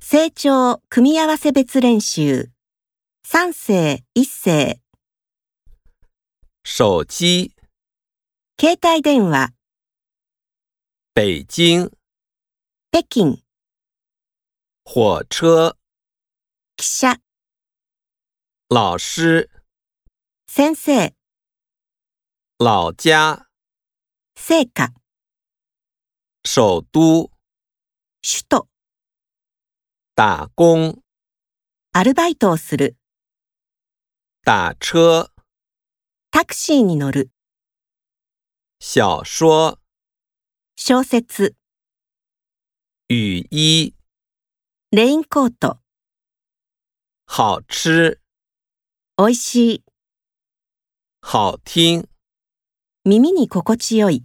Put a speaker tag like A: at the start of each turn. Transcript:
A: 成長組み合わせ別練習。三世、一世、
B: 手机，
A: 携帯電話、
B: 北京，
A: 北京、
B: 火车，
A: 汽車、
B: 老师，
A: 先生、
B: 老家，
A: 成果、
B: 首都，
A: 首都、
B: 打工，
A: アルバイトをする、
B: 打车，
A: タクシーに乗る、
B: 小说，
A: 小説、
B: 雨衣，
A: レインコート、
B: 好吃，
A: 美味しい、
B: 好听。
A: 耳に心地よい。